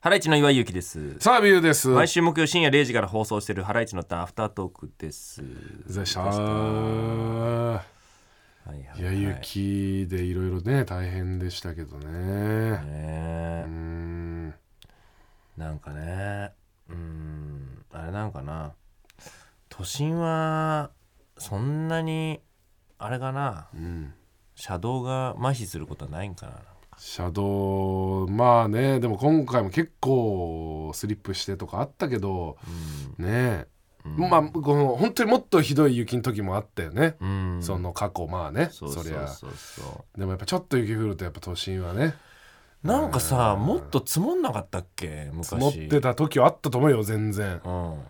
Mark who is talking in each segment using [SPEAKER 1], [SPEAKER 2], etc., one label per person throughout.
[SPEAKER 1] ハライチの岩井ゆきです。
[SPEAKER 2] さあビューです。
[SPEAKER 1] 毎週木曜深夜0時から放送しているハライチのターンアフタートークです。
[SPEAKER 2] でした。い
[SPEAKER 1] はいはい
[SPEAKER 2] や雪でいろいろね大変でしたけどね。
[SPEAKER 1] ね
[SPEAKER 2] うー
[SPEAKER 1] え
[SPEAKER 2] ん
[SPEAKER 1] なんかね、うん、あれなんかな。都心はそんなにあれかな、
[SPEAKER 2] うん。
[SPEAKER 1] 車道が麻痺することはないんかな。
[SPEAKER 2] 車道まあねでも今回も結構スリップしてとかあったけどねえ、
[SPEAKER 1] うん
[SPEAKER 2] まあこの本当にもっとひどい雪の時もあったよね。
[SPEAKER 1] うん、うん
[SPEAKER 2] その過去まあね
[SPEAKER 1] そうそう
[SPEAKER 2] りゃ
[SPEAKER 1] そうそ
[SPEAKER 2] でもやっぱちょっと雪降るとやっぱ都心はね
[SPEAKER 1] う。なんかさ、
[SPEAKER 2] うん
[SPEAKER 1] もっと積もんなかったっけ昔。
[SPEAKER 2] 積もってた時はあったと思うよ全然
[SPEAKER 1] うん。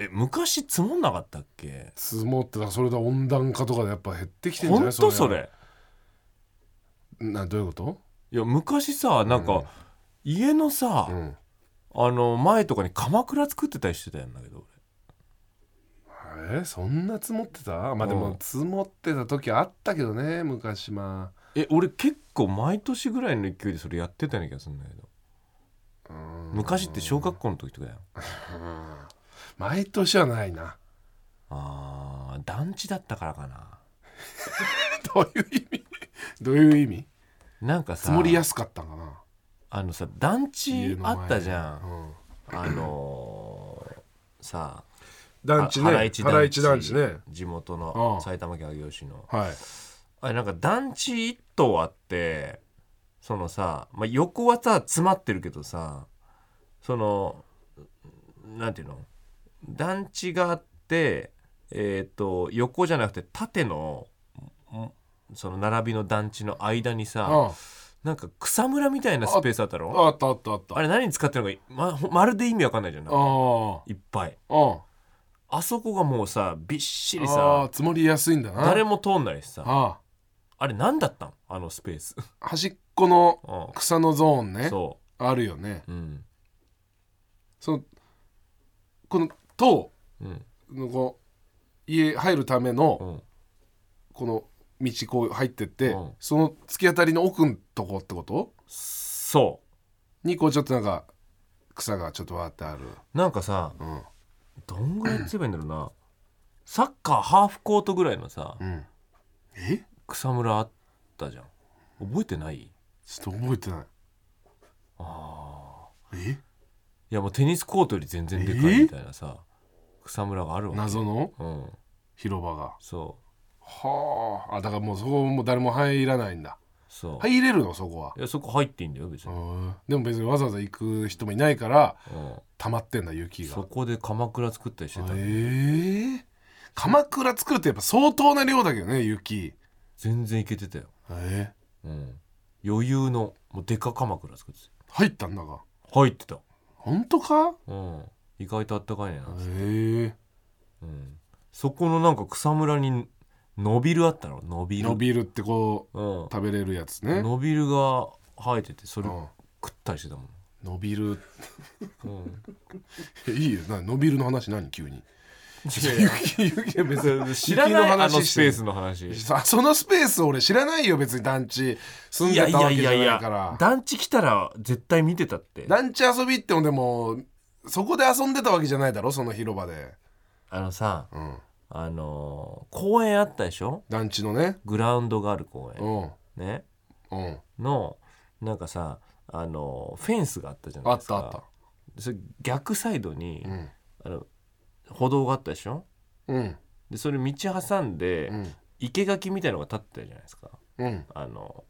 [SPEAKER 1] え昔積もんなかったっけ？
[SPEAKER 2] 積もってたそれで温暖化とかでやっぱ減ってきてんじゃ
[SPEAKER 1] 本
[SPEAKER 2] ない
[SPEAKER 1] 当それ
[SPEAKER 2] などういうこと
[SPEAKER 1] いや昔さなんか、
[SPEAKER 2] うん
[SPEAKER 1] 家のさ、
[SPEAKER 2] うん
[SPEAKER 1] あの前とかに鎌倉作ってたりしてたんだけど
[SPEAKER 2] えそんな積もってたまあで
[SPEAKER 1] うん
[SPEAKER 2] も積もってた時あったけどね昔まあ
[SPEAKER 1] 俺え俺結構毎年ぐらいの勢いでそれやってたような気がするんだけど
[SPEAKER 2] うん
[SPEAKER 1] 昔って小学校の時とかだよ
[SPEAKER 2] うん毎年はないな
[SPEAKER 1] あー団地だったからかな
[SPEAKER 2] どういう意味 どういう意味
[SPEAKER 1] なんかさ
[SPEAKER 2] 積もりやすかったんかな
[SPEAKER 1] あのさ団
[SPEAKER 2] 家
[SPEAKER 1] 地
[SPEAKER 2] の前
[SPEAKER 1] あったじゃ
[SPEAKER 2] うんん
[SPEAKER 1] あのーさ
[SPEAKER 2] 団地ね
[SPEAKER 1] 原市
[SPEAKER 2] 原市団地ね
[SPEAKER 1] 地元
[SPEAKER 2] う
[SPEAKER 1] の
[SPEAKER 2] ん
[SPEAKER 1] 埼玉県上尾市の
[SPEAKER 2] はい
[SPEAKER 1] あれなんか団地一棟あってそのさ、まあ、横はさ詰まってるけどさそのなんていうの団地があってえっ、と横じゃなくて縦のんその並びの団地の間にさ、
[SPEAKER 2] あ
[SPEAKER 1] なんか草むらみたいなスペースあったろあ
[SPEAKER 2] あったあったあったあ
[SPEAKER 1] れ何に使ってるのかまほまるで意味わかんないじゃんない
[SPEAKER 2] あ
[SPEAKER 1] いっぱい
[SPEAKER 2] あ
[SPEAKER 1] あそこがもうさびっしり
[SPEAKER 2] あ
[SPEAKER 1] さ
[SPEAKER 2] 積もりやすいんだな
[SPEAKER 1] 誰も通んないしさ
[SPEAKER 2] あ
[SPEAKER 1] あれ何だったんあのスペース、
[SPEAKER 2] あ端っこの
[SPEAKER 1] う
[SPEAKER 2] 草のゾーン
[SPEAKER 1] ん、
[SPEAKER 2] ね
[SPEAKER 1] そう
[SPEAKER 2] あるよね
[SPEAKER 1] うん
[SPEAKER 2] そのこの塔
[SPEAKER 1] うん
[SPEAKER 2] のこう家入るため
[SPEAKER 1] う
[SPEAKER 2] の
[SPEAKER 1] ん
[SPEAKER 2] この道こう入ってって、
[SPEAKER 1] うん
[SPEAKER 2] その突き当たりの奥んとこってこと
[SPEAKER 1] そ
[SPEAKER 2] にこうちょっとなんか草がちょっとわーってある、
[SPEAKER 1] うなんかさ
[SPEAKER 2] うん
[SPEAKER 1] どんぐらいって言えばいいんだろうなサッカーハーフコートぐらいのさ
[SPEAKER 2] うん、え
[SPEAKER 1] 草むらあったじゃん覚えてない
[SPEAKER 2] ちょっと覚えてない
[SPEAKER 1] あ
[SPEAKER 2] え
[SPEAKER 1] ーいやもうテニスコートより全然でかいみたいなさ草むらがあるわ
[SPEAKER 2] 謎の
[SPEAKER 1] うん
[SPEAKER 2] 広場が
[SPEAKER 1] そう
[SPEAKER 2] はああだからもうそこもう誰も入らないんだ
[SPEAKER 1] そう、い、
[SPEAKER 2] 入れるのそこは
[SPEAKER 1] やそこ入っていいんだよ別
[SPEAKER 2] う
[SPEAKER 1] に、
[SPEAKER 2] んでも別にわざわざ行く人もいないから
[SPEAKER 1] うん、
[SPEAKER 2] 溜まってんだ雪が
[SPEAKER 1] そこで鎌倉作ったりしてた
[SPEAKER 2] ええ鎌倉作るとやっぱ相当な量だけどね雪
[SPEAKER 1] 全然いけてたよ、
[SPEAKER 2] え
[SPEAKER 1] うん、余裕のもうでか鎌倉作ってたよ
[SPEAKER 2] ー、入ったんだが
[SPEAKER 1] 入ってた、
[SPEAKER 2] 本当か
[SPEAKER 1] うん、意外とあったかいねな
[SPEAKER 2] えー、
[SPEAKER 1] うんそこのなんか草むらに伸びるあったの伸びる
[SPEAKER 2] 伸びるってこう
[SPEAKER 1] うん、
[SPEAKER 2] 食べれるやつね、
[SPEAKER 1] 伸びるが生えててそれ
[SPEAKER 2] う
[SPEAKER 1] 食
[SPEAKER 2] ん、
[SPEAKER 1] ったりしてたもん、
[SPEAKER 2] 伸びる
[SPEAKER 1] うん、
[SPEAKER 2] えいいよな伸びるの話何急に 雪雪別に
[SPEAKER 1] 知らない
[SPEAKER 2] 雪
[SPEAKER 1] あの
[SPEAKER 2] し
[SPEAKER 1] ス
[SPEAKER 2] て
[SPEAKER 1] ペ
[SPEAKER 2] る
[SPEAKER 1] ースの話
[SPEAKER 2] あそのスペース俺知らないよ別に団地住んでたわけじゃないから
[SPEAKER 1] 団地来たら絶対見てたって
[SPEAKER 2] 団地遊びってもでもそこで遊んでたわけじゃないだろその広場で、
[SPEAKER 1] あのさ
[SPEAKER 2] うん、
[SPEAKER 1] あのー公園あったでしょ
[SPEAKER 2] 団地のね
[SPEAKER 1] グラウンドがある公
[SPEAKER 2] う
[SPEAKER 1] 園、
[SPEAKER 2] ん
[SPEAKER 1] ね
[SPEAKER 2] うん
[SPEAKER 1] のなんかさあのーフェンスがあったじゃな
[SPEAKER 2] あ
[SPEAKER 1] いで
[SPEAKER 2] っ
[SPEAKER 1] すか
[SPEAKER 2] たあった
[SPEAKER 1] それ逆サイドに、
[SPEAKER 2] うん
[SPEAKER 1] あの歩道があったでしょ
[SPEAKER 2] うん
[SPEAKER 1] でそれ道挟んで、
[SPEAKER 2] うん
[SPEAKER 1] 生垣みたいのが立ってたじゃないですか
[SPEAKER 2] うん
[SPEAKER 1] あの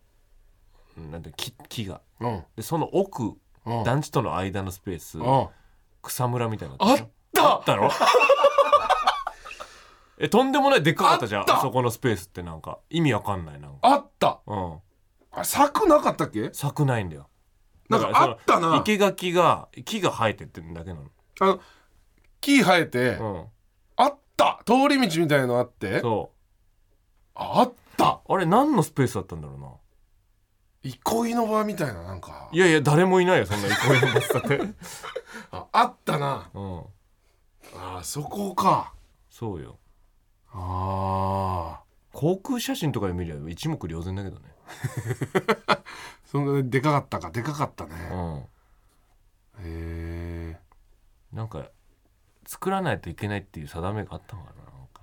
[SPEAKER 1] なんていうの木木が
[SPEAKER 2] うん
[SPEAKER 1] でその奥
[SPEAKER 2] うん
[SPEAKER 1] 団地との間のスペース
[SPEAKER 2] うん
[SPEAKER 1] 草むらみたいなの
[SPEAKER 2] あ
[SPEAKER 1] あっ
[SPEAKER 2] った
[SPEAKER 1] たろえとんでもないでっかかったじゃ
[SPEAKER 2] あっ
[SPEAKER 1] ん
[SPEAKER 2] た
[SPEAKER 1] あそこのスペースってなんか意味わかんないなんか
[SPEAKER 2] あった
[SPEAKER 1] うん
[SPEAKER 2] あれ柵なかったっけ
[SPEAKER 1] 咲くないんだよ
[SPEAKER 2] なんかあった
[SPEAKER 1] だからその
[SPEAKER 2] な
[SPEAKER 1] 生垣が木が生えてってるだけな
[SPEAKER 2] あの木生えて、
[SPEAKER 1] の
[SPEAKER 2] あった通り道みたいのあっ
[SPEAKER 1] うん
[SPEAKER 2] て
[SPEAKER 1] そ
[SPEAKER 2] ああった
[SPEAKER 1] うあれ何のスペースだったんだろうな
[SPEAKER 2] 憩いの場みたいななんか
[SPEAKER 1] いやいや誰もいないよそんな憩いの場所って
[SPEAKER 2] ああったな
[SPEAKER 1] うん
[SPEAKER 2] あそこか
[SPEAKER 1] そうよ
[SPEAKER 2] ああ
[SPEAKER 1] 航空写真とかで見りゃ一目瞭然だけどね
[SPEAKER 2] そんなでかかったかでかかったね
[SPEAKER 1] うん
[SPEAKER 2] へ
[SPEAKER 1] なんか作らないといけないっていう定めがあったのかななんか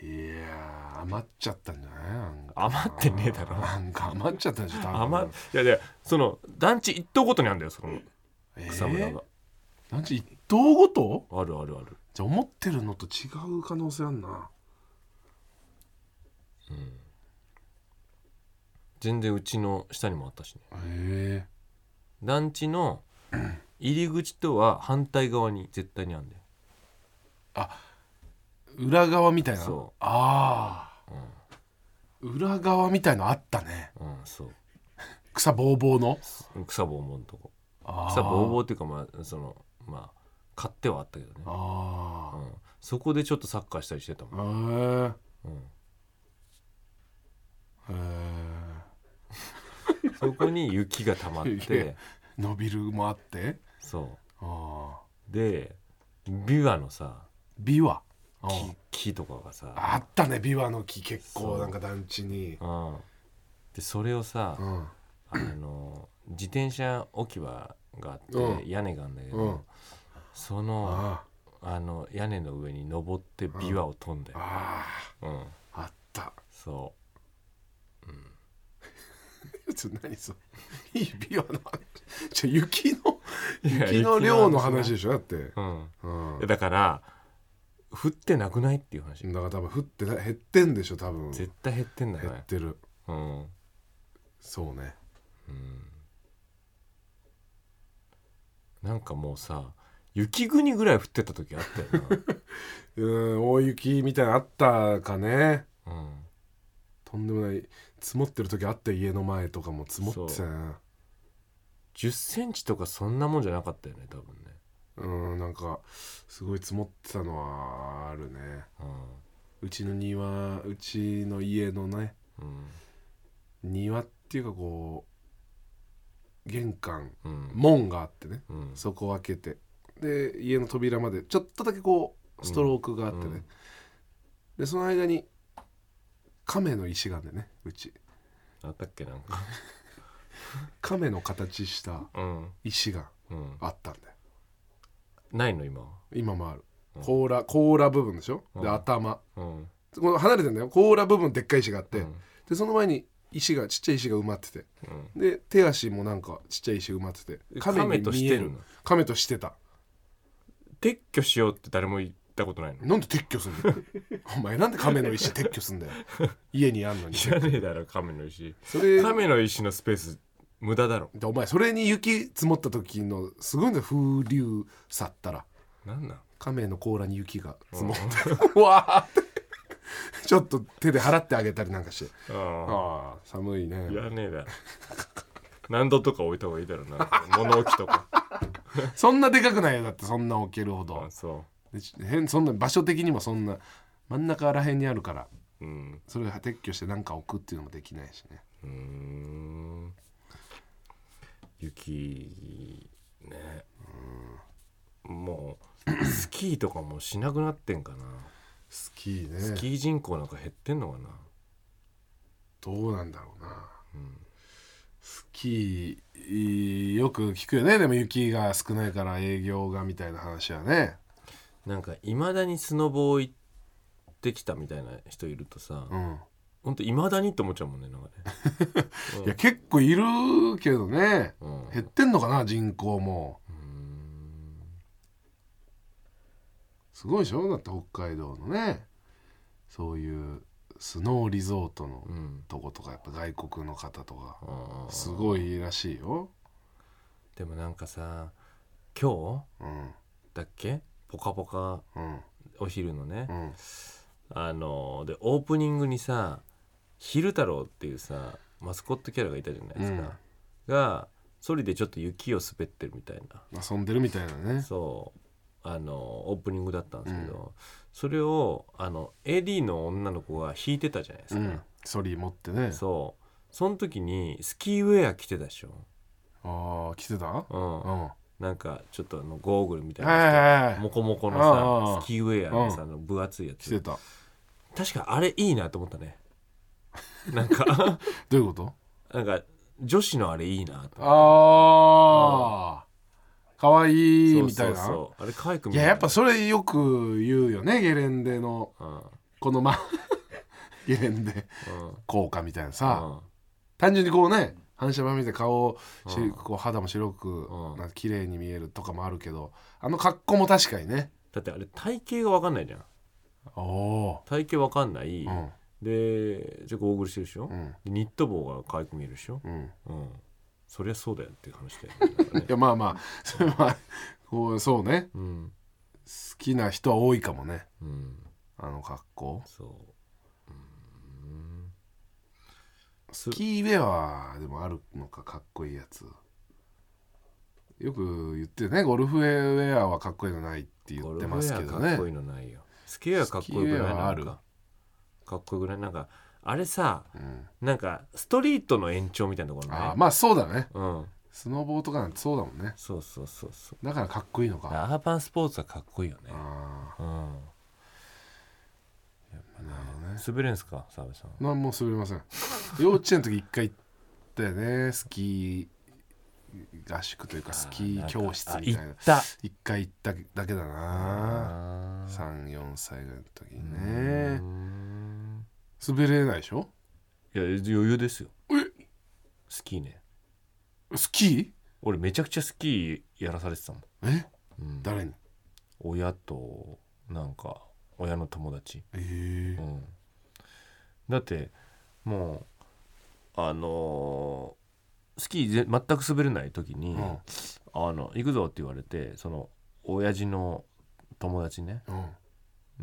[SPEAKER 2] えいやー余っちゃったんじゃないなんか
[SPEAKER 1] 余ってねえだろ
[SPEAKER 2] なんか余っちゃったんでしょ多分
[SPEAKER 1] 甘いいやいやその団地一棟ごとにあるんだよその
[SPEAKER 2] えー
[SPEAKER 1] 草むらが、
[SPEAKER 2] なんち一棟ごと
[SPEAKER 1] あるあるある
[SPEAKER 2] じゃあ思ってるのと違う可能性あんな
[SPEAKER 1] 全然うちの下にもあったしね
[SPEAKER 2] へ
[SPEAKER 1] 団地の入り口とは反対側に絶対にあるんだよ
[SPEAKER 2] え裏側みたいな
[SPEAKER 1] そう
[SPEAKER 2] ああ、裏側みたいのあったね
[SPEAKER 1] うんそう
[SPEAKER 2] 草ぼうぼうの
[SPEAKER 1] 草ぼうぼうのとこ
[SPEAKER 2] 草
[SPEAKER 1] 草ぼうぼうっていうかまあそのまあ買ってはあったけどね、う
[SPEAKER 2] あ
[SPEAKER 1] ん、そこでちょっとサッカーしたりしてたも
[SPEAKER 2] あ
[SPEAKER 1] ん、
[SPEAKER 2] へえ
[SPEAKER 1] うん、
[SPEAKER 2] へ
[SPEAKER 1] そこに雪が溜まっ
[SPEAKER 2] いや
[SPEAKER 1] て
[SPEAKER 2] え伸びるもあって
[SPEAKER 1] そう
[SPEAKER 2] ああ
[SPEAKER 1] でビワのさ
[SPEAKER 2] 琵琶
[SPEAKER 1] 木
[SPEAKER 2] うん
[SPEAKER 1] 木とかがさ、
[SPEAKER 2] あったね琵琶の木結
[SPEAKER 1] そ
[SPEAKER 2] 構
[SPEAKER 1] う
[SPEAKER 2] なんか団地に
[SPEAKER 1] うん、でそれをさ、
[SPEAKER 2] うん
[SPEAKER 1] あの自転車置き場があって、
[SPEAKER 2] うん
[SPEAKER 1] 屋根があるんだけど、
[SPEAKER 2] うん
[SPEAKER 1] その
[SPEAKER 2] あ
[SPEAKER 1] あの屋根の上に登って琵琶を飛んだ
[SPEAKER 2] あ
[SPEAKER 1] よ、う
[SPEAKER 2] あ
[SPEAKER 1] ん、
[SPEAKER 2] ああった
[SPEAKER 1] そ
[SPEAKER 2] ちょ何それいい琵琶の話じゃあ雪の
[SPEAKER 1] ういや
[SPEAKER 2] 雪の量の話でしょだって、うん、
[SPEAKER 1] うんだ
[SPEAKER 2] だか
[SPEAKER 1] から降ってなくないっていう話、
[SPEAKER 2] ら多分降ってない減ってんでしょ多分減
[SPEAKER 1] 絶対減ってんだよね
[SPEAKER 2] ってる
[SPEAKER 1] うん、
[SPEAKER 2] そうね
[SPEAKER 1] うん、なんかもうさ雪国ぐらい降ってた時あったよ
[SPEAKER 2] うん大雪みたいなのあったかね
[SPEAKER 1] な、うん、
[SPEAKER 2] とんでもない積もってる時あった家の前とかも積もってたよね
[SPEAKER 1] 1 0ンチとかそんなもんじゃなかったよね多分ね、
[SPEAKER 2] うんなんかすごい積もってたのはあるね
[SPEAKER 1] う
[SPEAKER 2] うちの庭うちの家のね
[SPEAKER 1] ん
[SPEAKER 2] 庭っていうかこう玄関
[SPEAKER 1] うんうん
[SPEAKER 2] 門があってね
[SPEAKER 1] うん
[SPEAKER 2] そこを開けてで家の扉までちょっとだけこうストロークがあってね、
[SPEAKER 1] うん
[SPEAKER 2] でその間に亀の石があんだよねうち
[SPEAKER 1] あったっけなんか
[SPEAKER 2] 亀の形した
[SPEAKER 1] うん
[SPEAKER 2] 石が
[SPEAKER 1] うん
[SPEAKER 2] あったんだよ
[SPEAKER 1] ないの今は
[SPEAKER 2] 今もある
[SPEAKER 1] うん
[SPEAKER 2] 甲羅甲羅部分でしょ
[SPEAKER 1] う
[SPEAKER 2] で
[SPEAKER 1] ん
[SPEAKER 2] 頭
[SPEAKER 1] うん
[SPEAKER 2] この離れてんだよ甲羅部分でっかい石があって、
[SPEAKER 1] うん
[SPEAKER 2] でその前に石がちっちゃい石が埋まってて
[SPEAKER 1] うん
[SPEAKER 2] で手足もなんかちっちゃい石埋まってて
[SPEAKER 1] 亀
[SPEAKER 2] に
[SPEAKER 1] と
[SPEAKER 2] 見
[SPEAKER 1] し
[SPEAKER 2] え
[SPEAKER 1] てるの
[SPEAKER 2] 亀としてた
[SPEAKER 1] 撤去しようって誰も言ったことないの
[SPEAKER 2] なんで撤去すんだよ お前なんで亀の石撤去すんだよ家にあんのに
[SPEAKER 1] 知らねえだろ亀の石
[SPEAKER 2] それ
[SPEAKER 1] 亀の石のスペース無駄だろ
[SPEAKER 2] でお前それに雪積もった時のすごいんだよ風流去ったら
[SPEAKER 1] なんなん
[SPEAKER 2] 亀の甲羅に雪が積もっ
[SPEAKER 1] うん
[SPEAKER 2] てわーってちょっと手で払ってあげたりなんかして
[SPEAKER 1] あ
[SPEAKER 2] ああ寒い
[SPEAKER 1] あ
[SPEAKER 2] ね
[SPEAKER 1] いらねえだろ何度とか置いた方がいいだろうな物置とか
[SPEAKER 2] そんなでかくないよだってそんな置けるほど
[SPEAKER 1] あそ
[SPEAKER 2] でち変そんな場所的にもそんな真ん中らへんにあるから
[SPEAKER 1] ううん
[SPEAKER 2] それを撤去して何か置くっていうのもできないしね
[SPEAKER 1] うーん雪ねもうスキーとかもしなくなってんかな、
[SPEAKER 2] スキーね
[SPEAKER 1] スキー人口なんか減ってんのかな
[SPEAKER 2] どうなんだろうな、スキーよく聞くよねでも雪が少ないから営業がみたいな話はね
[SPEAKER 1] なんかいまだにスノボー行ってきたみたいな人いるとさ、
[SPEAKER 2] うん
[SPEAKER 1] ほんといまだにって思っちゃうもんねなんかね、うん
[SPEAKER 2] いや結構いるけどね
[SPEAKER 1] うん
[SPEAKER 2] 減ってんのかな人口も
[SPEAKER 1] うーん
[SPEAKER 2] すごいでしょだって北海道のねそういうスノーリゾートの
[SPEAKER 1] うん
[SPEAKER 2] とことかやっぱ外国の方とか
[SPEAKER 1] あー
[SPEAKER 2] すごいらしいよ
[SPEAKER 1] でもなんかさ今
[SPEAKER 2] うん
[SPEAKER 1] 日だっけ「ぽかぽか
[SPEAKER 2] うん
[SPEAKER 1] お昼のね、
[SPEAKER 2] うん
[SPEAKER 1] あのでオープニングにさ昼太郎っていうさマスコットキャラがいたじゃないですか、がソリでちょっと雪を滑ってるみたい
[SPEAKER 2] 遊んでるみたいな
[SPEAKER 1] な
[SPEAKER 2] ね
[SPEAKER 1] そうあのオープニングだったんですけど、それをあの AD の女の子が弾いてたじゃないです
[SPEAKER 2] う
[SPEAKER 1] か、
[SPEAKER 2] んソリ持ってね
[SPEAKER 1] そうその時にスキーウェア着てたでしょ、
[SPEAKER 2] ああ来てた
[SPEAKER 1] うん
[SPEAKER 2] うん
[SPEAKER 1] なんかちょっとあのゴーグルみたい
[SPEAKER 2] はいはい
[SPEAKER 1] な
[SPEAKER 2] はい
[SPEAKER 1] モコモコ
[SPEAKER 2] うんうん
[SPEAKER 1] の
[SPEAKER 2] うん
[SPEAKER 1] さスキーウェアのさあの分厚いや
[SPEAKER 2] 来
[SPEAKER 1] つ
[SPEAKER 2] てた
[SPEAKER 1] 確かあれいいなと思ったねなんか
[SPEAKER 2] どういうこと
[SPEAKER 1] なんか女子のあれいいなと
[SPEAKER 2] ああ、可愛い
[SPEAKER 1] そう
[SPEAKER 2] みたいな
[SPEAKER 1] そうそうあれ可愛く見
[SPEAKER 2] い
[SPEAKER 1] え
[SPEAKER 2] や
[SPEAKER 1] る
[SPEAKER 2] やっぱそれよく言うよねゲレンデの
[SPEAKER 1] うんうん
[SPEAKER 2] このま ゲレンデ効果みたいなさ、
[SPEAKER 1] うん
[SPEAKER 2] 単純にこうね反射板見て顔をし
[SPEAKER 1] うん
[SPEAKER 2] こう肌も白く
[SPEAKER 1] うん
[SPEAKER 2] なんか綺麗に見えるとかもあるけどあの格好も確かにね
[SPEAKER 1] だってあれ体型が分かんないじゃん
[SPEAKER 2] おお
[SPEAKER 1] 体型分かんない、
[SPEAKER 2] ーうん
[SPEAKER 1] でじゃあゴーグルしてるでしょ、
[SPEAKER 2] うん
[SPEAKER 1] でニット帽が可愛く見えるでしょ、
[SPEAKER 2] うん
[SPEAKER 1] うん、そりゃそうだよっていう話だよねなん かね
[SPEAKER 2] いやまあ まあそれはこうそうね
[SPEAKER 1] うん
[SPEAKER 2] 好きな人は多いかもね
[SPEAKER 1] うん
[SPEAKER 2] あの格好
[SPEAKER 1] そう
[SPEAKER 2] スキーウェアでもあるのかかっこいいやつよく言ってるねゴルフウェアはかっこいいのないって言ってますけ
[SPEAKER 1] ゴル
[SPEAKER 2] ど
[SPEAKER 1] フウェアかっ
[SPEAKER 2] ね
[SPEAKER 1] こいいのないよスケアかっこいいぐらい
[SPEAKER 2] スキーウェアは
[SPEAKER 1] な
[SPEAKER 2] あ
[SPEAKER 1] ん
[SPEAKER 2] る
[SPEAKER 1] かかっこいいぐらいなんかあれさ
[SPEAKER 2] うん
[SPEAKER 1] なんかストリートの延長みたいなところ
[SPEAKER 2] あー
[SPEAKER 1] ね
[SPEAKER 2] まあそうだね
[SPEAKER 1] うん
[SPEAKER 2] スノボーとかなんてそうだもんね
[SPEAKER 1] そうそうそうそう
[SPEAKER 2] だからかっこいいのか
[SPEAKER 1] アーバンスポーツはかっこいいよね
[SPEAKER 2] あ
[SPEAKER 1] うん
[SPEAKER 2] あなるほどね
[SPEAKER 1] 滑れんすか澤部さん
[SPEAKER 2] 何も滑りま せん幼稚園の時一回行ったよねスキー合宿というかスキー教室みたい
[SPEAKER 1] あ
[SPEAKER 2] なん
[SPEAKER 1] かあ行っ
[SPEAKER 2] 一回行っただけだ
[SPEAKER 1] た
[SPEAKER 2] な
[SPEAKER 1] あー
[SPEAKER 2] 34歳ぐらいの時に
[SPEAKER 1] うー
[SPEAKER 2] ね
[SPEAKER 1] ん
[SPEAKER 2] 滑れないでしょ
[SPEAKER 1] いや余裕ですよスキーね
[SPEAKER 2] スキ
[SPEAKER 1] 俺めちゃくちゃスキーやらされてたもん、
[SPEAKER 2] ーえ
[SPEAKER 1] うん
[SPEAKER 2] 誰に
[SPEAKER 1] 親となんか親の友達、
[SPEAKER 2] え
[SPEAKER 1] う
[SPEAKER 2] え
[SPEAKER 1] ん、だってもうあのースキーぜ全く滑れない時に「
[SPEAKER 2] うん
[SPEAKER 1] あの行くぞ」って言われてその親父の友達ね
[SPEAKER 2] うん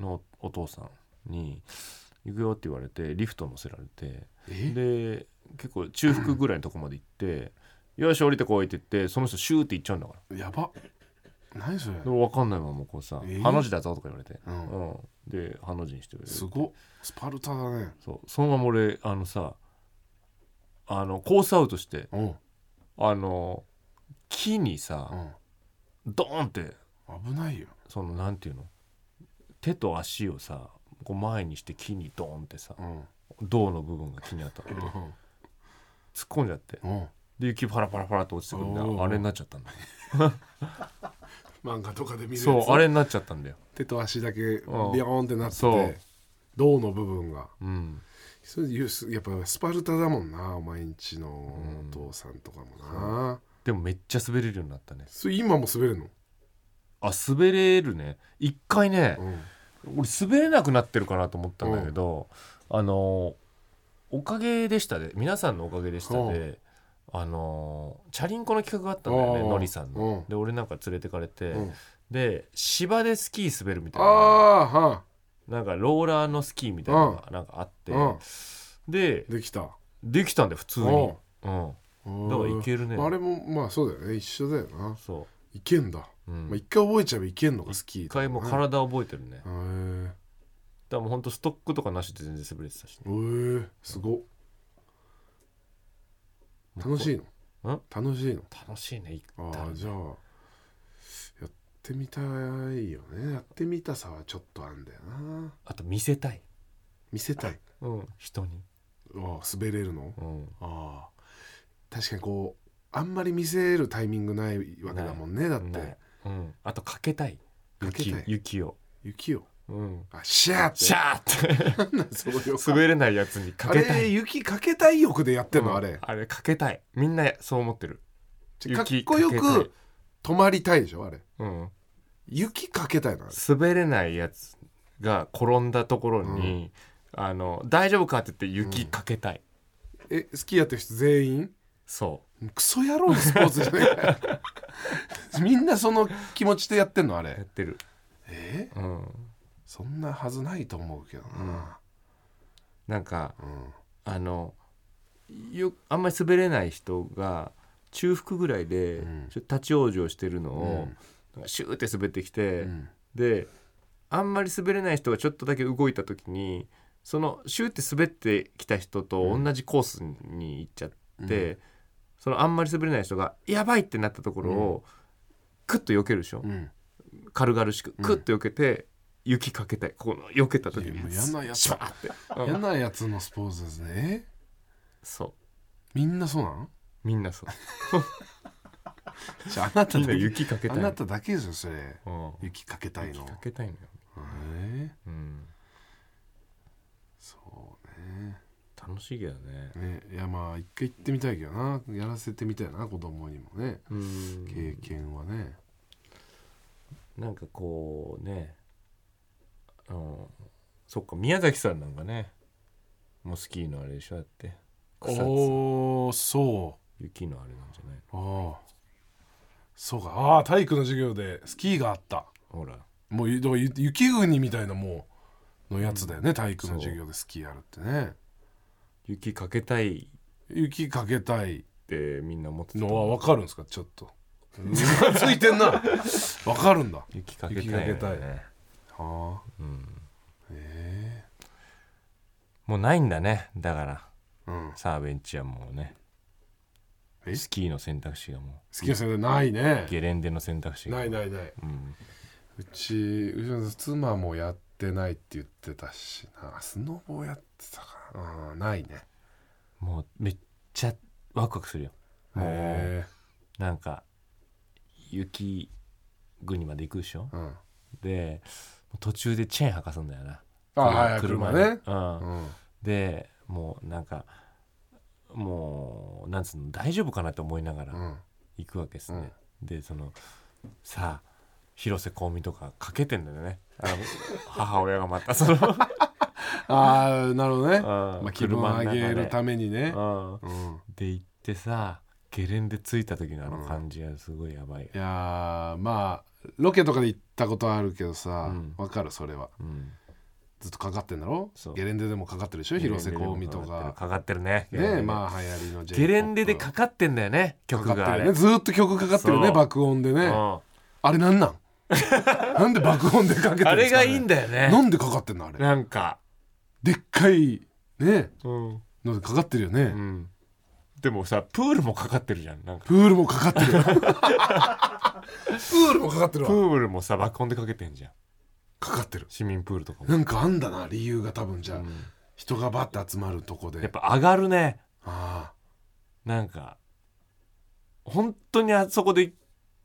[SPEAKER 1] のお父さんに「行くよ」って言われてリフト乗せられて
[SPEAKER 2] え
[SPEAKER 1] で結構中腹ぐらいのとこまで行 って「よし降りてこい」って言ってその人シューって行っちゃうんだから。
[SPEAKER 2] やば何それ
[SPEAKER 1] でも分かんないままこうさ
[SPEAKER 2] え
[SPEAKER 1] 「
[SPEAKER 2] ー
[SPEAKER 1] ハの字だぞ」とか言われて、
[SPEAKER 2] う
[SPEAKER 1] うんんでハの字にしてくれる
[SPEAKER 2] すごっスパルタだね
[SPEAKER 1] そうそのまま俺あのさあのコースアウトして
[SPEAKER 2] うん
[SPEAKER 1] あの木にさドーンって
[SPEAKER 2] うん危ないよ
[SPEAKER 1] そのなんていうの手と足をさこう前にして木にドーンってさ
[SPEAKER 2] うん
[SPEAKER 1] 胴の部分が木に当たって
[SPEAKER 2] う
[SPEAKER 1] 突っ
[SPEAKER 2] ん
[SPEAKER 1] 込んじゃって
[SPEAKER 2] うん
[SPEAKER 1] で雪パラパラパラって落ちてくるんだ
[SPEAKER 2] おー
[SPEAKER 1] あれになっちゃったんだよ
[SPEAKER 2] 漫画とかで見るやつ
[SPEAKER 1] そうあれになっちゃったんだよ
[SPEAKER 2] 手と足だけビヨーンってなって
[SPEAKER 1] そう
[SPEAKER 2] て胴の部分が
[SPEAKER 1] うん
[SPEAKER 2] それゆすやっぱスパルタだもんなお前んちの
[SPEAKER 1] うん
[SPEAKER 2] お父さんとかもな、
[SPEAKER 1] でもめっちゃ滑れるようになったね
[SPEAKER 2] それ今も滑るの、
[SPEAKER 1] あ滑れるね一回ね、
[SPEAKER 2] うん、
[SPEAKER 1] 俺滑れなくなってるかなと思ったんだけど、あのおかげでしたで皆さんのおかげでしたで、あのチャリンコの企画があったんだよね
[SPEAKER 2] うん
[SPEAKER 1] のりさんの、
[SPEAKER 2] うん
[SPEAKER 1] で俺なんか連れてかれて、
[SPEAKER 2] うん
[SPEAKER 1] で芝でスキー滑るみた
[SPEAKER 2] あ
[SPEAKER 1] いな
[SPEAKER 2] あは
[SPEAKER 1] なんかローラーのスキーみたいなのがなんかあって、
[SPEAKER 2] うん
[SPEAKER 1] で
[SPEAKER 2] できた
[SPEAKER 1] できたんだよ普通に、うん、
[SPEAKER 2] お
[SPEAKER 1] だから
[SPEAKER 2] うん
[SPEAKER 1] いけるね
[SPEAKER 2] あれもまあそうだよね一緒だよな
[SPEAKER 1] そ
[SPEAKER 2] いけんだ、
[SPEAKER 1] う、うん
[SPEAKER 2] まあ、一回覚えちゃえばいけんのかスキー
[SPEAKER 1] 一回もう
[SPEAKER 2] へ
[SPEAKER 1] 体覚えてるね、
[SPEAKER 2] え
[SPEAKER 1] だからもうほんとストックとかなしで全然滑れてたし、ね、
[SPEAKER 2] ー、えすごっ楽しいの
[SPEAKER 1] ん
[SPEAKER 2] 楽しいの
[SPEAKER 1] 楽しいね一
[SPEAKER 2] あ
[SPEAKER 1] 旦
[SPEAKER 2] あじゃあやってみたいよねやってみたさはちょっとあんだよな
[SPEAKER 1] あと見せたい、
[SPEAKER 2] 見せたい
[SPEAKER 1] うん、人に、
[SPEAKER 2] ああ滑れるの
[SPEAKER 1] うん、
[SPEAKER 2] ああ確かにこうあんまり見せるタイミングないわけだもんねだっ
[SPEAKER 1] ない
[SPEAKER 2] て、
[SPEAKER 1] うん、あとかけたい
[SPEAKER 2] かけ
[SPEAKER 1] 雪
[SPEAKER 2] たい
[SPEAKER 1] 雪を、
[SPEAKER 2] 雪を
[SPEAKER 1] うん、
[SPEAKER 2] あシャーって
[SPEAKER 1] シャーって
[SPEAKER 2] なん だその 横
[SPEAKER 1] 滑れないやつにか
[SPEAKER 2] あ
[SPEAKER 1] けた
[SPEAKER 2] れ
[SPEAKER 1] い
[SPEAKER 2] 雪かけたい欲でやってんの、あ
[SPEAKER 1] うん
[SPEAKER 2] れ
[SPEAKER 1] あれかけたいみんなそう思ってる、
[SPEAKER 2] ちょかっ
[SPEAKER 1] 雪
[SPEAKER 2] こよ
[SPEAKER 1] かけ
[SPEAKER 2] く止まりたいでしょあれ
[SPEAKER 1] うん、
[SPEAKER 2] 雪かけたいのあれ
[SPEAKER 1] 滑れないやつが転んだところに、あの大丈夫かって言って雪かけたい、
[SPEAKER 2] えスキーやってる人全員
[SPEAKER 1] そ
[SPEAKER 2] クソ野郎のスポーツじゃないか みんなその気持ちでやってんのあ
[SPEAKER 1] うやっ
[SPEAKER 2] れ
[SPEAKER 1] てる、
[SPEAKER 2] え
[SPEAKER 1] うん、
[SPEAKER 2] そんなはずないと思うけどな
[SPEAKER 1] なんか
[SPEAKER 2] うん、
[SPEAKER 1] あのよあんまり滑れない人が中腹ぐらいで
[SPEAKER 2] うん
[SPEAKER 1] ちょっと立ち往生してるの
[SPEAKER 2] う
[SPEAKER 1] を
[SPEAKER 2] ん、
[SPEAKER 1] なんかシューって滑ってきて、
[SPEAKER 2] うん
[SPEAKER 1] であんまり滑れない人がちょっとだけ動いた時にそのシューって滑ってきた人と同じコースに行っちゃって、そのあんまり滑れない人が「やばい!」ってなったところを、クッと避けるでしょ、
[SPEAKER 2] うん
[SPEAKER 1] 軽々しくクッと避けて雪かけたいこの避けた時
[SPEAKER 2] いやもう
[SPEAKER 1] に
[SPEAKER 2] 嫌なやつ
[SPEAKER 1] シュワーって、うん
[SPEAKER 2] 嫌なやつのスポーツですねえ
[SPEAKER 1] そう
[SPEAKER 2] みんなそうなの
[SPEAKER 1] みんなそう
[SPEAKER 2] じゃああ なた
[SPEAKER 1] みん
[SPEAKER 2] だ
[SPEAKER 1] な
[SPEAKER 2] け
[SPEAKER 1] 雪かけ
[SPEAKER 2] あ
[SPEAKER 1] たい
[SPEAKER 2] なただけですよそれ
[SPEAKER 1] うん
[SPEAKER 2] 雪かけたい
[SPEAKER 1] 雪
[SPEAKER 2] の
[SPEAKER 1] かけたいのよ、
[SPEAKER 2] えー
[SPEAKER 1] うん、
[SPEAKER 2] そう
[SPEAKER 1] 楽しげだね
[SPEAKER 2] ねねいやまあ一回行ってみたいけどなやらせてみたいな子供にもね
[SPEAKER 1] うん
[SPEAKER 2] 経験はね
[SPEAKER 1] なんかこうねうんそっか宮崎さんなんかねもうスキーのあれでしょだって草津
[SPEAKER 2] おおそう
[SPEAKER 1] 雪のあれなんじゃない
[SPEAKER 2] ああそうかああ体育の授業でスキーがあった
[SPEAKER 1] ほら
[SPEAKER 2] もうゆだからゆ雪国みたいなもうのやつだよね、体育の授業でスキーやるってね
[SPEAKER 1] 雪かけたい
[SPEAKER 2] 雪かけたい
[SPEAKER 1] ってみんな思ってた
[SPEAKER 2] のは分かるんですかちょっとうなついてんな分かるんだあ
[SPEAKER 1] 雪かけたい,、
[SPEAKER 2] 雪かけたあ
[SPEAKER 1] うん、
[SPEAKER 2] え
[SPEAKER 1] もうないんだねだから
[SPEAKER 2] えうん
[SPEAKER 1] サーベンチはもうね
[SPEAKER 2] え
[SPEAKER 1] スキーの選択肢がも
[SPEAKER 2] スキーの先生ないね
[SPEAKER 1] うゲレンデの選択肢が
[SPEAKER 2] ない
[SPEAKER 1] い、
[SPEAKER 2] ないない
[SPEAKER 1] うん、
[SPEAKER 2] うちうちの妻もやってないって言ってたしなスノボやってたかなうんないね
[SPEAKER 1] もうめっちゃワクワクするよもう
[SPEAKER 2] へ
[SPEAKER 1] なんか雪国まで行くでしょ
[SPEAKER 2] えうん
[SPEAKER 1] で途中でチェーン履かすんだよな
[SPEAKER 2] あはいはい車ね、
[SPEAKER 1] うん
[SPEAKER 2] うん、
[SPEAKER 1] でもうなんかもうなんつうの大丈夫かなって思いなが
[SPEAKER 2] う
[SPEAKER 1] ら
[SPEAKER 2] ん
[SPEAKER 1] 行くわけですね、でそのさあ広瀬香美とかかけてんだよねあの母親がまたその、
[SPEAKER 2] ああなるほどね、ま
[SPEAKER 1] ま
[SPEAKER 2] あ、気分を上げるた
[SPEAKER 1] め
[SPEAKER 2] めにね、
[SPEAKER 1] うん
[SPEAKER 2] うん、
[SPEAKER 1] で行ってさゲレンデ着いた時のあの感じがすごいやばいよ
[SPEAKER 2] い、やーまあロケとかで行ったことあるけどさ
[SPEAKER 1] うん
[SPEAKER 2] わ、かるそれは
[SPEAKER 1] うん、
[SPEAKER 2] ずっとかかってんだろ
[SPEAKER 1] そう
[SPEAKER 2] ゲレンデでもかかってるでしょ広瀬香美とか
[SPEAKER 1] かかってるね
[SPEAKER 2] ねまあ流行りの
[SPEAKER 1] ゲ
[SPEAKER 2] J-POP
[SPEAKER 1] レンデでかかってんだよね曲
[SPEAKER 2] かか
[SPEAKER 1] が
[SPEAKER 2] っ
[SPEAKER 1] あ
[SPEAKER 2] てる
[SPEAKER 1] れ
[SPEAKER 2] よねずーっと曲かかってるね
[SPEAKER 1] そう
[SPEAKER 2] 爆音でね
[SPEAKER 1] うん
[SPEAKER 2] あれなんなん なんで爆音でかけてるんですか、ね、
[SPEAKER 1] あれがいいんだよ
[SPEAKER 2] な
[SPEAKER 1] ね
[SPEAKER 2] んでかかってんのあれ
[SPEAKER 1] なんか
[SPEAKER 2] でっかいね
[SPEAKER 1] うん、
[SPEAKER 2] のでかかってるよね、
[SPEAKER 1] でもさプールもかかってるじゃんなんか
[SPEAKER 2] プールもかかって るプールもかかってる
[SPEAKER 1] プ
[SPEAKER 2] わ
[SPEAKER 1] ールもさ爆音でかけてんじゃん
[SPEAKER 2] かかってる
[SPEAKER 1] 市民プールとかも、
[SPEAKER 2] なんかあんだな理由が多分じゃあ、
[SPEAKER 1] うん
[SPEAKER 2] 人がバッて集まるとこで
[SPEAKER 1] やっぱ上がるね
[SPEAKER 2] あ
[SPEAKER 1] なんか本当にあそこで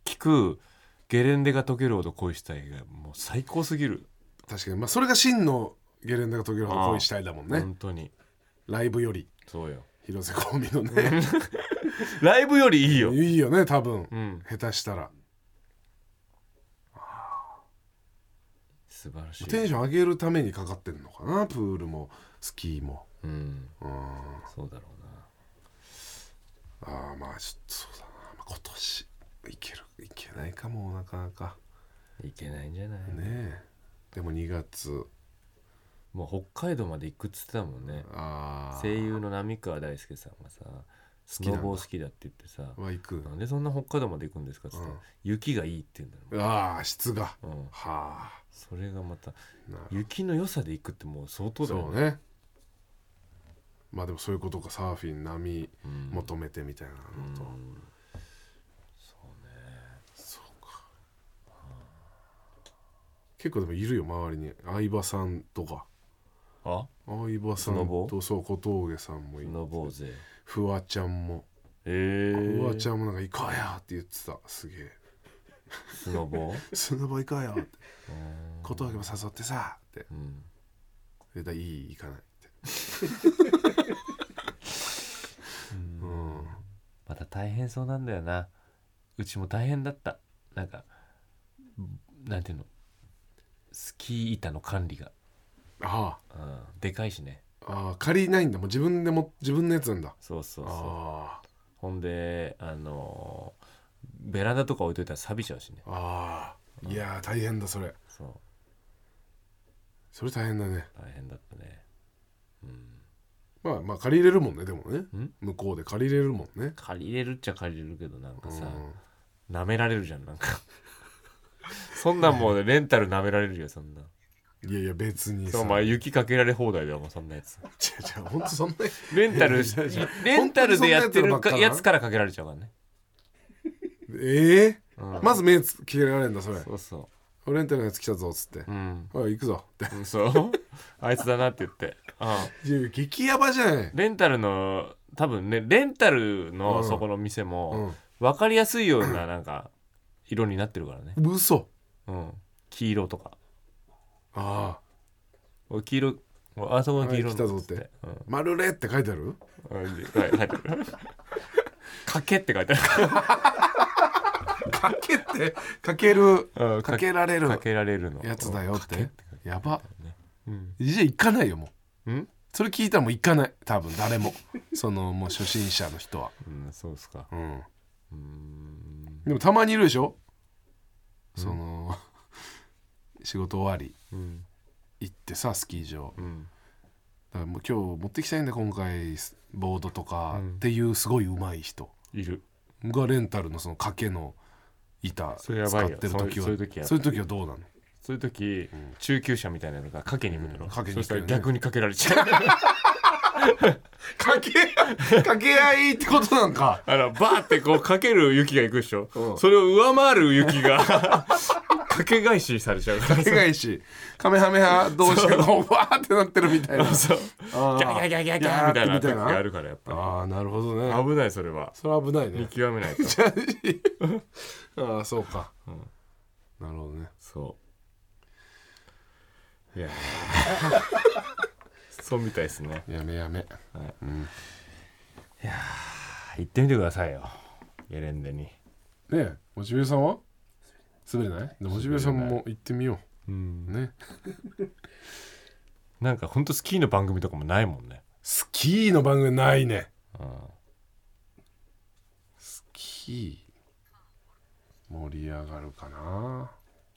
[SPEAKER 1] 聞くゲレンデが溶けるほど恋したいがもう最高すぎる、
[SPEAKER 2] あ確かにまあそれが真のゲレンデが解けるほど恋したいだもんね
[SPEAKER 1] 本当に
[SPEAKER 2] ライブより
[SPEAKER 1] そうよ
[SPEAKER 2] 広瀬香美のね
[SPEAKER 1] ライブよりいいよ、
[SPEAKER 2] いいよね多分、
[SPEAKER 1] うん、
[SPEAKER 2] 下手したら
[SPEAKER 1] 素晴らしい
[SPEAKER 2] テンション上げるためにかかってんのかなプールもスキーも
[SPEAKER 1] うん
[SPEAKER 2] うん
[SPEAKER 1] そうだろうな
[SPEAKER 2] ああまあちょっとそうだな、まあ今年いけるいけないかもなかなか
[SPEAKER 1] いけないんじゃない、
[SPEAKER 2] ねえでも2月
[SPEAKER 1] もう北海道まで行くっつってたもんね
[SPEAKER 2] ああ
[SPEAKER 1] 声優の浪川大輔さんがさス
[SPEAKER 2] きなん
[SPEAKER 1] ノ
[SPEAKER 2] だ
[SPEAKER 1] ボー好きだって言ってさ
[SPEAKER 2] は行く
[SPEAKER 1] なんでそんな北海道まで行くんですかっつったら、
[SPEAKER 2] うん
[SPEAKER 1] 雪がいいって言うんだよ、
[SPEAKER 2] ああ質が
[SPEAKER 1] うん、
[SPEAKER 2] はあ
[SPEAKER 1] それがまた
[SPEAKER 2] なるほど
[SPEAKER 1] 雪の良さで行くってもう相当だよ
[SPEAKER 2] そうねまあでもそういうことかサーフィン波
[SPEAKER 1] うん
[SPEAKER 2] 求めてみたいなのと、
[SPEAKER 1] うん
[SPEAKER 2] そうか結構でもいるよ周りに相葉さんとか
[SPEAKER 1] あ
[SPEAKER 2] 相葉さ
[SPEAKER 1] スノ
[SPEAKER 2] ん
[SPEAKER 1] ボ
[SPEAKER 2] とそう小峠さんもい
[SPEAKER 1] ス
[SPEAKER 2] る
[SPEAKER 1] ノボー勢
[SPEAKER 2] フワちゃんも
[SPEAKER 1] え
[SPEAKER 2] フワ
[SPEAKER 1] ー、
[SPEAKER 2] ちゃんもなんか「行こうよ」って言ってたすげえ
[SPEAKER 1] スノ ボー
[SPEAKER 2] 「スノボ行こうよ」って
[SPEAKER 1] うん
[SPEAKER 2] 小峠も誘ってさって
[SPEAKER 1] うん
[SPEAKER 2] 言ったら「いい行かない」ってうん
[SPEAKER 1] また大変そうなんだよなうちも大変だったなんかなんていうのスキー板の管理が、
[SPEAKER 2] あ
[SPEAKER 1] うん、でかいしね
[SPEAKER 2] あああ借りないんだもう自分でも自分のやつなんだ
[SPEAKER 1] そうそうそう
[SPEAKER 2] あ
[SPEAKER 1] ほんであのーベランダとか置いといたら錆びちゃうしね
[SPEAKER 2] あああいやー大変だそれ
[SPEAKER 1] そう
[SPEAKER 2] それ大変だね
[SPEAKER 1] 大変だったねうん
[SPEAKER 2] まあまあ借りれるもんねでもね
[SPEAKER 1] ん
[SPEAKER 2] 向こうで借りれるもんね
[SPEAKER 1] 借りれるっちゃ借りれるけどなん
[SPEAKER 2] う
[SPEAKER 1] か
[SPEAKER 2] ん
[SPEAKER 1] さ舐められるじゃん なんかそんなんもうレンタル舐められるよそんない
[SPEAKER 2] やいや別にさ
[SPEAKER 1] そうお前雪かけられ放題だよもうそんなやつ
[SPEAKER 2] 違う違うほんとそんな
[SPEAKER 1] レンタル レンタルでやってる
[SPEAKER 2] 本当にそんなやつらばっか
[SPEAKER 1] か
[SPEAKER 2] な
[SPEAKER 1] やつからかけられちゃうからね
[SPEAKER 2] ええ
[SPEAKER 1] うん
[SPEAKER 2] まず目つけられるんだそれ
[SPEAKER 1] そうそ
[SPEAKER 2] 俺んたのやつ来たぞっつって
[SPEAKER 1] ううん
[SPEAKER 2] 「おい行くぞ」って
[SPEAKER 1] うんそう あいつだなって言ってうん
[SPEAKER 2] いや激ヤバじゃない
[SPEAKER 1] レンタルの多分ねレンタル
[SPEAKER 2] う
[SPEAKER 1] の
[SPEAKER 2] ん
[SPEAKER 1] そこの店も、
[SPEAKER 2] うん
[SPEAKER 1] 分かりやすいようななんか色になってるからね、
[SPEAKER 2] 嘘
[SPEAKER 1] うん、黄色とか
[SPEAKER 2] ああ
[SPEAKER 1] お黄色おあそこの黄色の
[SPEAKER 2] はい来たぞって
[SPEAKER 1] つうん
[SPEAKER 2] 「丸れ」って書いてある
[SPEAKER 1] はい、書いてある。かけって書い てあ
[SPEAKER 2] かけってかける
[SPEAKER 1] る。
[SPEAKER 2] かけられ
[SPEAKER 1] る。
[SPEAKER 2] る
[SPEAKER 1] かけられるの。
[SPEAKER 2] やつだよってやば
[SPEAKER 1] うん。
[SPEAKER 2] じゃあ行かないよもう
[SPEAKER 1] うん。
[SPEAKER 2] それ聞いたらもう行かない多分誰もそのもう初心者の人は
[SPEAKER 1] うん、そうですか。
[SPEAKER 2] うん
[SPEAKER 1] うーん。
[SPEAKER 2] でもたまにいるでしょ、その仕事終わり
[SPEAKER 1] うん。
[SPEAKER 2] 行ってさスキー場
[SPEAKER 1] うん。
[SPEAKER 2] だからもう今日持ってきたいんだ今回ボードとか、
[SPEAKER 1] うん
[SPEAKER 2] っていうすごい上手い人
[SPEAKER 1] いる。
[SPEAKER 2] がレンタルのその賭けの板
[SPEAKER 1] そ
[SPEAKER 2] 使
[SPEAKER 1] れやばい
[SPEAKER 2] っ
[SPEAKER 1] よ
[SPEAKER 2] てる時は
[SPEAKER 1] そういうそういう時や
[SPEAKER 2] そういう時はどうなの
[SPEAKER 1] そういう時、中級者みたいなのがかけに行くの。
[SPEAKER 2] うんかけに
[SPEAKER 1] そした
[SPEAKER 2] 行くよ
[SPEAKER 1] ら
[SPEAKER 2] ね
[SPEAKER 1] 逆にかけられちゃう。
[SPEAKER 2] 掛け 掛け合いってことなんか
[SPEAKER 1] あの、バーってこうかける雪が行くでしょ。
[SPEAKER 2] うん
[SPEAKER 1] それを上回る雪が。 かけ返しされちゃうから。
[SPEAKER 2] 掛け返しカメハメハ同士がこうわーってなってるみたいな
[SPEAKER 1] そう。
[SPEAKER 2] あー
[SPEAKER 1] ギャギャギャギャギャみたいな時があるから、やっぱ
[SPEAKER 2] ああなるほどね
[SPEAKER 1] り。危ない、それは。
[SPEAKER 2] それは危ない
[SPEAKER 1] 見
[SPEAKER 2] ね
[SPEAKER 1] 極めないと。
[SPEAKER 2] ああそうか、
[SPEAKER 1] ん
[SPEAKER 2] なるほどね
[SPEAKER 1] そう。 いやー。そうみたいですね。
[SPEAKER 2] やめやめ
[SPEAKER 1] 行ってみてくださいよ。ゲレンデに。
[SPEAKER 2] ねえモチベさんは滑れないでモチベさんも行ってみよ
[SPEAKER 1] うん
[SPEAKER 2] う。ね
[SPEAKER 1] なんか本当スキーの番組とかもないもんね。
[SPEAKER 2] スキーの番組ないね
[SPEAKER 1] うん。
[SPEAKER 2] スキー盛り上がるかな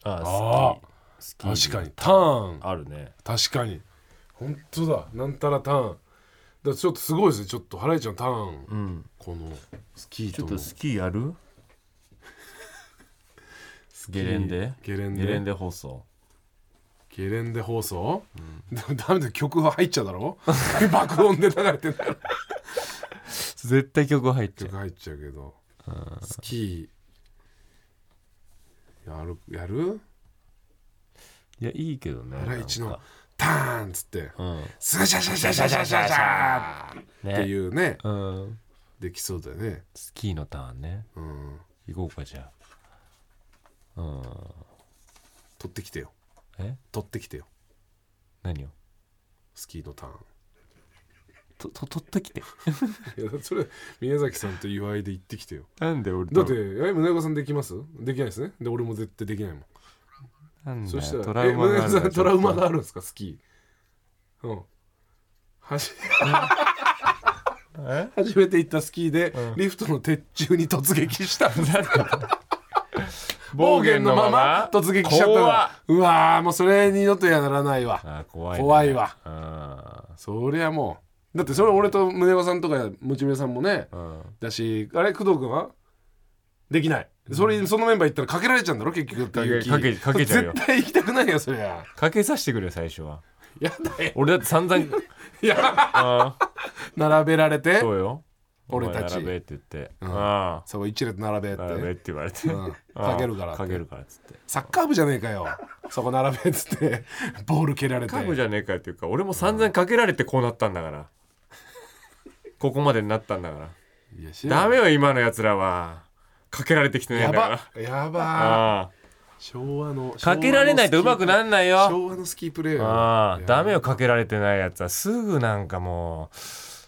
[SPEAKER 1] あー、スキー。
[SPEAKER 2] 確
[SPEAKER 1] スキー
[SPEAKER 2] かにターン
[SPEAKER 1] あるね。
[SPEAKER 2] 確かに本当だなんたらターンだからちょっとすごいですねちょっとハライチのターン
[SPEAKER 1] うん。
[SPEAKER 2] このスキー
[SPEAKER 1] ち
[SPEAKER 2] と
[SPEAKER 1] ょっ
[SPEAKER 2] の
[SPEAKER 1] とスキーやる
[SPEAKER 2] スキー
[SPEAKER 1] ゲレンデ
[SPEAKER 2] ゲレン
[SPEAKER 1] ゲレンデ
[SPEAKER 2] デ
[SPEAKER 1] 放送。
[SPEAKER 2] ゲレンデ放送、でもダメだよ曲は入っちゃうだろ爆音で流れてんだろ
[SPEAKER 1] 絶対曲入っちゃ
[SPEAKER 2] 曲入っちゃうけどスキーやるやる
[SPEAKER 1] いや、いいけどね。
[SPEAKER 2] ハライチ
[SPEAKER 1] な
[SPEAKER 2] の
[SPEAKER 1] んか
[SPEAKER 2] ターンっつって
[SPEAKER 1] うん。
[SPEAKER 2] スシャシャシャシャシャシャシャっ
[SPEAKER 1] ね。
[SPEAKER 2] ていうね
[SPEAKER 1] うん。
[SPEAKER 2] できそうだよね
[SPEAKER 1] スキーのターンね。
[SPEAKER 2] うん
[SPEAKER 1] 行こうか、じゃあ。うん。
[SPEAKER 2] 取ってきてよ
[SPEAKER 1] え
[SPEAKER 2] 取ってきてよ
[SPEAKER 1] 何を
[SPEAKER 2] スキーのターン
[SPEAKER 1] とと取ってきて
[SPEAKER 2] いやそれ宮崎さんと岩井で行ってきてよ
[SPEAKER 1] なんで俺
[SPEAKER 2] だってえ宗岡さんできますできないですねで俺も絶対できないもん
[SPEAKER 1] なんだ
[SPEAKER 2] そ
[SPEAKER 1] よ
[SPEAKER 2] したら
[SPEAKER 1] トラウマ
[SPEAKER 2] え
[SPEAKER 1] がある
[SPEAKER 2] 宗岡
[SPEAKER 1] な
[SPEAKER 2] さんトラウマ
[SPEAKER 1] ちょ
[SPEAKER 2] があるんですかスキーうんはじ
[SPEAKER 1] っ とえ
[SPEAKER 2] 初めて行ったスキーで、
[SPEAKER 1] うん
[SPEAKER 2] リフトの鉄柱に突撃 したんだ
[SPEAKER 1] 暴
[SPEAKER 2] 暴
[SPEAKER 1] 言
[SPEAKER 2] 言
[SPEAKER 1] の
[SPEAKER 2] の
[SPEAKER 1] ま
[SPEAKER 2] ま
[SPEAKER 1] ま
[SPEAKER 2] ま突撃しちゃった
[SPEAKER 1] 怖っ
[SPEAKER 2] らうわーもうそれにのとやならないわ
[SPEAKER 1] あー怖い、ね、
[SPEAKER 2] 怖いわ
[SPEAKER 1] うん
[SPEAKER 2] そりゃもうだってそれ俺と宗岡さんとかムチベさんもね
[SPEAKER 1] うん
[SPEAKER 2] だしあれ工藤君はできないそれそのメンバー行ったらかけられちゃうんだろ結局っていう気
[SPEAKER 1] かけかけちゃうよ
[SPEAKER 2] 絶対行きたくないよそりゃ
[SPEAKER 1] かけさせてくれよ最初は
[SPEAKER 2] やだよ
[SPEAKER 1] 俺だって散 々
[SPEAKER 2] いや
[SPEAKER 1] あー
[SPEAKER 2] 並べられて
[SPEAKER 1] そうよ
[SPEAKER 2] 俺たち
[SPEAKER 1] お前並べって言って、
[SPEAKER 2] うん
[SPEAKER 1] あ
[SPEAKER 2] そう一列並べって
[SPEAKER 1] あ並べって言われて、
[SPEAKER 2] うん
[SPEAKER 1] あー
[SPEAKER 2] かけるからって
[SPEAKER 1] かけるからっつって
[SPEAKER 2] サッカー部じゃねえかよそこ並べっつってボール蹴られて
[SPEAKER 1] かぶじゃねえかっていうか俺も散々かけられてこうなったんだから、ここまでになったんだから
[SPEAKER 2] いや知ら
[SPEAKER 1] ダ
[SPEAKER 2] ん
[SPEAKER 1] メよ今のやつらはかけられてきてねえん
[SPEAKER 2] や
[SPEAKER 1] だから
[SPEAKER 2] ばやば
[SPEAKER 1] あ
[SPEAKER 2] 昭和の
[SPEAKER 1] あかけられないとうまくな
[SPEAKER 2] よ
[SPEAKER 1] んないよ
[SPEAKER 2] 昭和のスキープレーヤー
[SPEAKER 1] ああ
[SPEAKER 2] いや
[SPEAKER 1] ダメよかけられてないやつはすぐなんかもう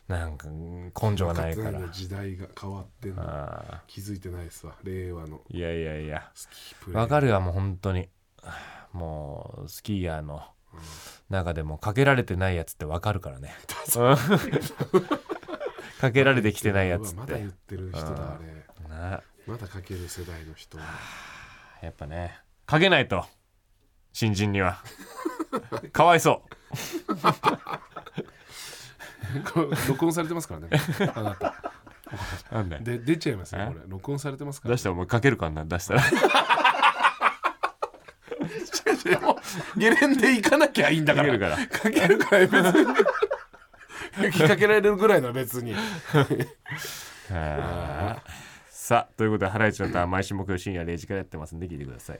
[SPEAKER 1] なんかうん根性がないから
[SPEAKER 2] 若手の時代が変わってんの
[SPEAKER 1] ああ
[SPEAKER 2] 気づいてないっすわ令和の
[SPEAKER 1] いやいやいや
[SPEAKER 2] スキープレーヤー
[SPEAKER 1] わかるわもう本当にもうスキーヤーの中でもかけられてないやつってわかるからねかけられてきてないやつっ
[SPEAKER 2] まだ
[SPEAKER 1] て
[SPEAKER 2] 言ってる人だあれ
[SPEAKER 1] な
[SPEAKER 2] まだかける世代の人
[SPEAKER 1] やっぱねかけないと新人にはかわいそう
[SPEAKER 2] これ録音されてますからねあなた
[SPEAKER 1] なんだよ
[SPEAKER 2] で出ちゃいますよ
[SPEAKER 1] え
[SPEAKER 2] これ録音されてますから
[SPEAKER 1] 出したらお前かけ るかんな出したら
[SPEAKER 2] ゲレンデ行かなきゃいいんだ
[SPEAKER 1] かけ るから
[SPEAKER 2] かけるから別 にかけられるぐらいの別に
[SPEAKER 1] はあさあということで「ハライチのターン」毎週木曜深夜0時からやってますんで聞いてください